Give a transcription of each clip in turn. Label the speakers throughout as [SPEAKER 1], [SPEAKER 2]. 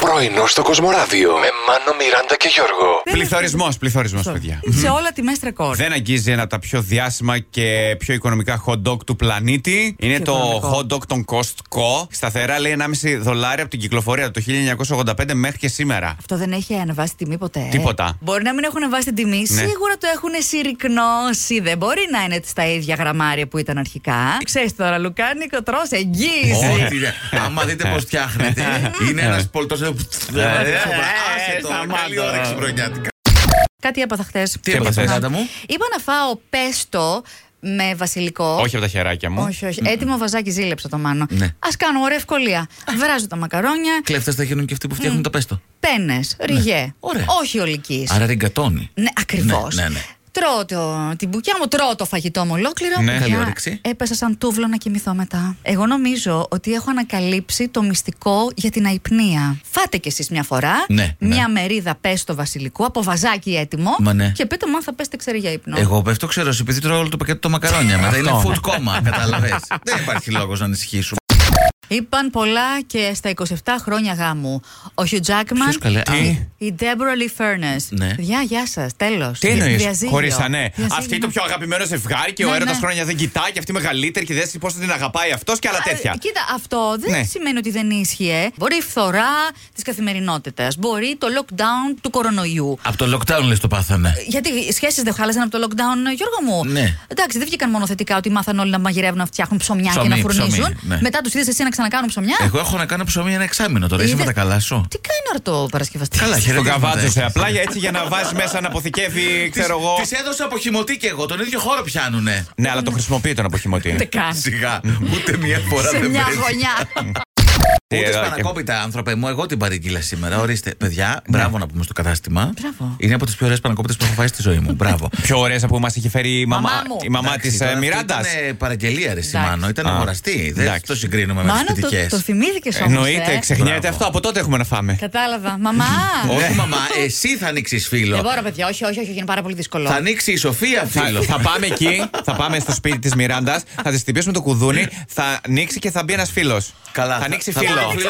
[SPEAKER 1] Πρωινό στο Κοσμοράδιο με Μάνο, Μιράντα και Γιώργο.
[SPEAKER 2] Πληθωρισμό, πληθωρισμό, παιδιά.
[SPEAKER 3] Σε όλα τη μέστρα ρεκόρ.
[SPEAKER 2] Δεν αγγίζει ένα από τα πιο διάσημα και πιο οικονομικά hot dog του πλανήτη. Είναι
[SPEAKER 3] Πιο
[SPEAKER 2] το
[SPEAKER 3] οικονομικό.
[SPEAKER 2] hot dog των Costco. Σταθερά λέει 1,5 δολάρια από την κυκλοφορία του 1985 μέχρι και σήμερα.
[SPEAKER 3] Αυτό δεν έχει ανεβάσει τιμή ποτέ. ε.
[SPEAKER 2] Τίποτα.
[SPEAKER 3] Μπορεί να μην έχουν ανεβάσει την τιμή,
[SPEAKER 2] Ναι.
[SPEAKER 3] σίγουρα το έχουν συρρυκνώσει. Δεν μπορεί να είναι στα ίδια γραμμάρια που ήταν αρχικά. Ξέρεις τώρα, Λουκάνικο, τρώ εγγύηση.
[SPEAKER 2] ε.
[SPEAKER 4] Όχι, ρε. Άμα δείτε πώ φτιάχνετε, είναι
[SPEAKER 3] Ε.
[SPEAKER 4] ένα πολτό. Άσε το,
[SPEAKER 2] σταμάτα.
[SPEAKER 4] καλή όρεξη πρωτιάτικα.
[SPEAKER 3] Κάτι έπαθα χθες.
[SPEAKER 4] Τι
[SPEAKER 2] έπαθες,
[SPEAKER 4] έπαθες, Νάτα μου?
[SPEAKER 3] Είπα να φάω πέστο με βασιλικό.
[SPEAKER 2] Όχι από τα χεράκια μου.
[SPEAKER 3] Όχι, όχι. Έτοιμο βαζάκι ζήλεψα το μάνο.
[SPEAKER 4] Ναι.
[SPEAKER 3] Ας κάνω ωραία ευκολία. Βράζω τα μακαρόνια,
[SPEAKER 4] Κλέφτες τα χέρια και αυτοί που φτιάχνουν τα πέστο.
[SPEAKER 3] πένες,
[SPEAKER 2] Ναι.
[SPEAKER 3] ριγέ.
[SPEAKER 4] Ωραία.
[SPEAKER 3] Όχι ολικής.
[SPEAKER 4] Άρα ριγκατώνει.
[SPEAKER 3] Ναι, ακριβώς.
[SPEAKER 4] Ναι, ναι, ναι.
[SPEAKER 3] Τρώω το, την μπουκιά μου, τρώω το φαγητό μου ολόκληρο.
[SPEAKER 2] Ναι.
[SPEAKER 3] Παιδιά,
[SPEAKER 4] Καλή όρεξη.
[SPEAKER 3] Έπεσα σαν τούβλο να κοιμηθώ μετά. Εγώ νομίζω ότι έχω ανακαλύψει το μυστικό για την αϊπνία. Φάτε κι εσείς μια φορά,
[SPEAKER 4] Ναι, ναι.
[SPEAKER 3] μια μερίδα πες στο βασιλικό, από βαζάκι έτοιμο.
[SPEAKER 4] Μα ναι.
[SPEAKER 3] Και πείτε μου αν θα πέσετε ξερή για ύπνο.
[SPEAKER 4] Εγώ πέφτω ξέρω, επειδή τρώω όλο το πακέτο το μακαρόνια. Μετά είναι food coma, καταλαβες. Δεν υπάρχει λόγος να ανησυχήσουμε.
[SPEAKER 3] Είπαν πολλά και στα 27 χρόνια γάμου. Ο Χιου Τζάκμαν.
[SPEAKER 4] Ποιος καλέ,
[SPEAKER 2] Τι?
[SPEAKER 4] α,
[SPEAKER 3] Η Deborah Lee Furness.
[SPEAKER 4] Ναι.
[SPEAKER 3] Παιδιά, γεια σας. Τέλος.
[SPEAKER 2] Τι εννοείς, χωρίσανε. ναι. Αυτή το πιο αγαπημένο ζευγάρι και ο
[SPEAKER 3] Ναι,
[SPEAKER 2] έρωτας
[SPEAKER 3] ναι.
[SPEAKER 2] χρόνια δεν κοιτάει και αυτή μεγαλύτερη και δεν πώ την αγαπάει αυτός και άλλα τέτοια.
[SPEAKER 3] Ε, Κοίτα, αυτό δεν
[SPEAKER 2] Ναι.
[SPEAKER 3] σημαίνει ότι δεν ίσχυε. Μπορεί η φθορά της καθημερινότητας. Μπορεί το lockdown του κορονοϊού.
[SPEAKER 4] Από το lockdown λες το πάθανε.
[SPEAKER 3] Γιατί οι σχέσεις δεν χάλασαν από το lockdown, Γιώργο μου.
[SPEAKER 4] Ναι.
[SPEAKER 3] Εντάξει, δεν βγήκαν μόνο θετικά ότι μάθαν όλοι να μαγειρεύουν, να φτιάχνουν ψωμιά
[SPEAKER 4] Ψωμί,
[SPEAKER 3] και να φουρνίζουν.
[SPEAKER 4] ψωμί, ναι.
[SPEAKER 3] Μετά τους είδες εσύ να ξανακάνουν ψωμιά.
[SPEAKER 4] Εγώ έχω να κάνω ψωμί ένα εξάμεινο τώρα. Είσαι με
[SPEAKER 3] Είδες-
[SPEAKER 4] τα καλά σου.
[SPEAKER 3] Ε, Τι κάνει αρτό ο παρασκευαστή.
[SPEAKER 4] Καλά, χαίρετε.
[SPEAKER 2] Τον καβάτζωσε
[SPEAKER 4] έχεις.
[SPEAKER 2] απλά για- έτσι για να βάζεις μέσα να αποθηκεύει, ξέρω εγώ.
[SPEAKER 4] Της έδωσα από χυμωτή και εγώ. Τον ίδιο χώρο πιάνουνε.
[SPEAKER 2] Ναι, αλλά το χρησιμοποιεί
[SPEAKER 3] Δεν
[SPEAKER 2] τον αποχημωτή.
[SPEAKER 3] κάνει.
[SPEAKER 4] Σιγά. Ούτε μία φορά
[SPEAKER 3] Σε
[SPEAKER 4] δεν
[SPEAKER 3] μια
[SPEAKER 4] παίζει.
[SPEAKER 3] γωνιά.
[SPEAKER 4] Ούτε
[SPEAKER 2] Τι
[SPEAKER 4] σπανακόπιτα, άνθρωπε μου. Εγώ την παρήγγειλα σήμερα. Ορίστε, παιδιά,
[SPEAKER 2] Ναι.
[SPEAKER 4] μπράβο να πούμε στο κατάστημα.
[SPEAKER 3] Μπράβο.
[SPEAKER 4] Είναι από τις πιο ωραίες σπανακόπιτε που έχω φάει στη ζωή μου. Μπράβο.
[SPEAKER 2] Πιο ωραίες που μα είχε φέρει η μαμά,
[SPEAKER 3] Μαμά μου.
[SPEAKER 2] η μαμά
[SPEAKER 4] Εντάξει,
[SPEAKER 2] της
[SPEAKER 4] τώρα αυτή
[SPEAKER 2] Μιράντας.
[SPEAKER 4] Ήταν ε, παραγγελία, ρε
[SPEAKER 3] Εντάξει.
[SPEAKER 4] Σιμάνο. Ήταν
[SPEAKER 2] ε, Α.
[SPEAKER 4] αγοραστή. Δεν
[SPEAKER 2] Εντάξει.
[SPEAKER 4] το συγκρίνουμε με τις
[SPEAKER 3] Μάλλον
[SPEAKER 4] σπιτικέ.
[SPEAKER 3] το, το θυμήθηκες όμως.
[SPEAKER 2] Εννοείται, ξεχνιέται
[SPEAKER 4] Μπράβο.
[SPEAKER 2] αυτό. Από τότε έχουμε να φάμε.
[SPEAKER 3] Κατάλαβα. Μαμά.
[SPEAKER 2] Ναι.
[SPEAKER 4] Όχι, μαμά, εσύ θα ανοίξεις
[SPEAKER 3] Δεν
[SPEAKER 4] φίλο.
[SPEAKER 3] μπορώ, παιδιά. Όχι, όχι, όχι, είναι πάρα πολύ δύσκολο.
[SPEAKER 4] Θα ανοίξει η Σοφία
[SPEAKER 2] Θα,
[SPEAKER 4] φίλο.
[SPEAKER 2] θα πάμε εκεί, θα πάμε στο σπίτι της Μιράντας, θα της χτυπήσουμε το κουδούνι, θα ανοίξει και θα μπει ένας φίλος.
[SPEAKER 4] Καλά,
[SPEAKER 2] Θα ανοίξει
[SPEAKER 4] θα- θα-
[SPEAKER 2] φίλος.
[SPEAKER 4] ανοίξει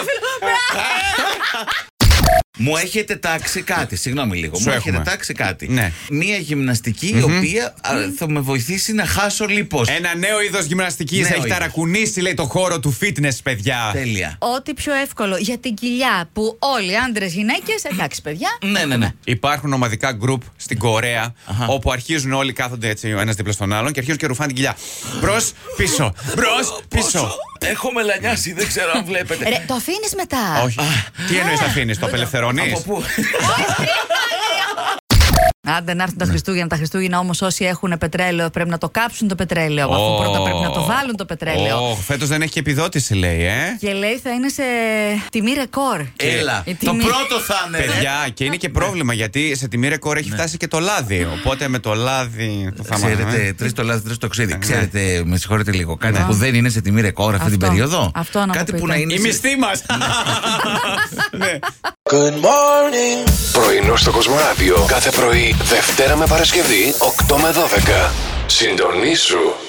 [SPEAKER 4] Μου έχετε τάξει κάτι. Συγγνώμη λίγο.
[SPEAKER 2] Σου
[SPEAKER 4] Μου
[SPEAKER 2] έχουμε.
[SPEAKER 4] έχετε τάξει κάτι.
[SPEAKER 2] Ναι.
[SPEAKER 4] Μία γυμναστική η οποία α, θα με βοηθήσει να χάσω λίπος.
[SPEAKER 2] Ένα νέο είδος γυμναστικής
[SPEAKER 4] Νέο
[SPEAKER 2] έχει
[SPEAKER 4] είδος.
[SPEAKER 2] ταρακουνήσει, λέει, το χώρο του fitness, παιδιά.
[SPEAKER 4] Τέλεια.
[SPEAKER 3] Ό,τι πιο εύκολο για την κοιλιά που όλοι άντρες, γυναίκες. Εντάξει, παιδιά.
[SPEAKER 4] Ναι, ναι, ναι.
[SPEAKER 2] Υπάρχουν ομαδικά group στην Κορέα όπου αρχίζουν όλοι κάθονται έτσι ο ένας δίπλα στον άλλον και αρχίζουν και ρουφάνε την κοιλιά. Μπρος πίσω. Μπρος πίσω.
[SPEAKER 4] Έχω μελανιάσει, δεν ξέρω αν βλέπετε.
[SPEAKER 3] Ρε, το αφήνεις μετά.
[SPEAKER 2] Όχι. Τι εννοείς αφήνεις, το απελευθερώνεις.
[SPEAKER 4] Από πού.
[SPEAKER 3] Άντε να έρθουν τα Χριστούγεννα. Τα Χριστούγεννα όμως όσοι έχουν πετρέλαιο πρέπει να το κάψουν το πετρέλαιο. Αφού πρώτα πρέπει να το βάλουν το πετρέλαιο.
[SPEAKER 2] Φέτος δεν έχει και επιδότηση, λέει, ε.
[SPEAKER 3] Και λέει θα είναι σε τιμή ρεκόρ.
[SPEAKER 4] Έλα.
[SPEAKER 3] Η
[SPEAKER 4] Το
[SPEAKER 3] τιμή.
[SPEAKER 4] πρώτο θα είναι. ρε.
[SPEAKER 2] Παιδιά, και είναι και
[SPEAKER 3] Ναι.
[SPEAKER 2] πρόβλημα γιατί σε τιμή ρεκόρ έχει φτάσει και το λάδι. Οπότε με το λάδι. Το θα μάθαμε.
[SPEAKER 4] Ναι. Ξέρετε, τρεις το λάδι, τρεις το
[SPEAKER 3] Ναι.
[SPEAKER 4] ξύδι. Ξέρετε, με συγχωρείτε λίγο, κάτι που δεν είναι σε τιμή ρεκόρ αυτή την
[SPEAKER 3] Αυτό.
[SPEAKER 4] περίοδο.
[SPEAKER 3] Αυτό να μου
[SPEAKER 4] Κάτι που
[SPEAKER 3] πείτε.
[SPEAKER 4] να είναι.
[SPEAKER 2] Η
[SPEAKER 4] σε- Ναι.
[SPEAKER 2] μισθή μας!
[SPEAKER 1] Πρωινό στο Κοσμοράδιο κάθε πρωί, Δευτέρα με Παρασκευή, 8 με 12. Συντονίσου